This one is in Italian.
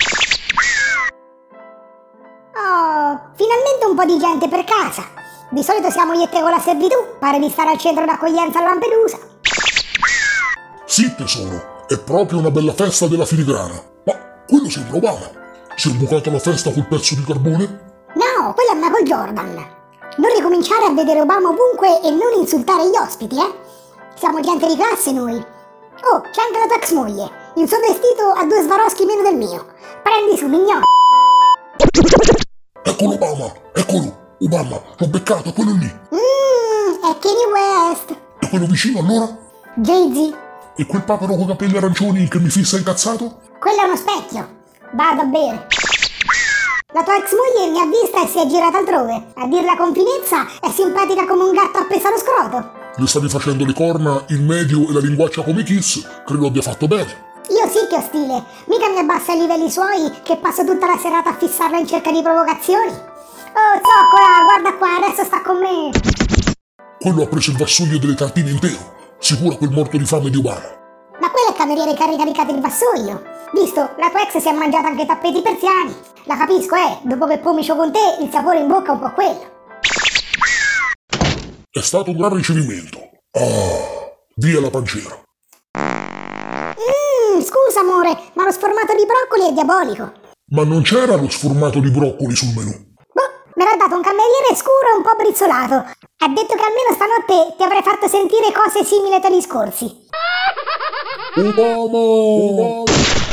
sentito Oh, un po' di gente per casa. Di solito siamo io e te con la servitù, pare di stare al centro d'accoglienza a Lampedusa. Sì, tesoro, è proprio una bella festa della filigrana. Ma quello sembra Obama. Si è bucata la festa col pezzo di carbone? No, quella è Michael Jordan. Non ricominciare a vedere Obama ovunque e non insultare gli ospiti, eh? Siamo gente di classe noi. Oh, c'è anche la tua ex moglie. Il suo vestito ha due svaroschi meno del mio. Prendi su, mignon. Eccolo Obama, eccolo. Obama, l'ho beccato, quello lì. Mmm, è Kanye West. E quello vicino allora? Jay-Z, E quel papero con i capelli arancioni che mi fissa incazzato? quello è uno specchio. Vado a bere. La tua ex moglie mi ha vista e si è girata altrove. A dirla con finezza è simpatica come un gatto appeso allo scroto. Le stavi facendo le corna, il medio e la linguaccia come Kiss? Credo abbia fatto bene. Io sì che ho stile, mica mi abbassa ai livelli suoi che passo tutta la serata a fissarla in cerca di provocazioni. Oh zoccola, guarda qua, adesso sta con me. Quello ha preso il vassoio delle tartine intero. Sicuro quel morto di fame di Obama. Ma quello è il cameriere che ha ricaricato il vassoio. Visto, la tua ex si è mangiata anche i tappeti persiani. La capisco, eh, dopo che pomicio con te il sapore in bocca è un po' quello. È stato un gran ricevimento. Ah, via la pancera. Mmm, scusa amore, ma lo sformato di broccoli è diabolico. Ma non c'era lo sformato di broccoli sul menù. Boh, me l'ha dato un cameriere scuro e un po' brizzolato. Ha detto che almeno stanotte ti avrei fatto sentire cose simili ai tuoi discorsi. Obama! Obama!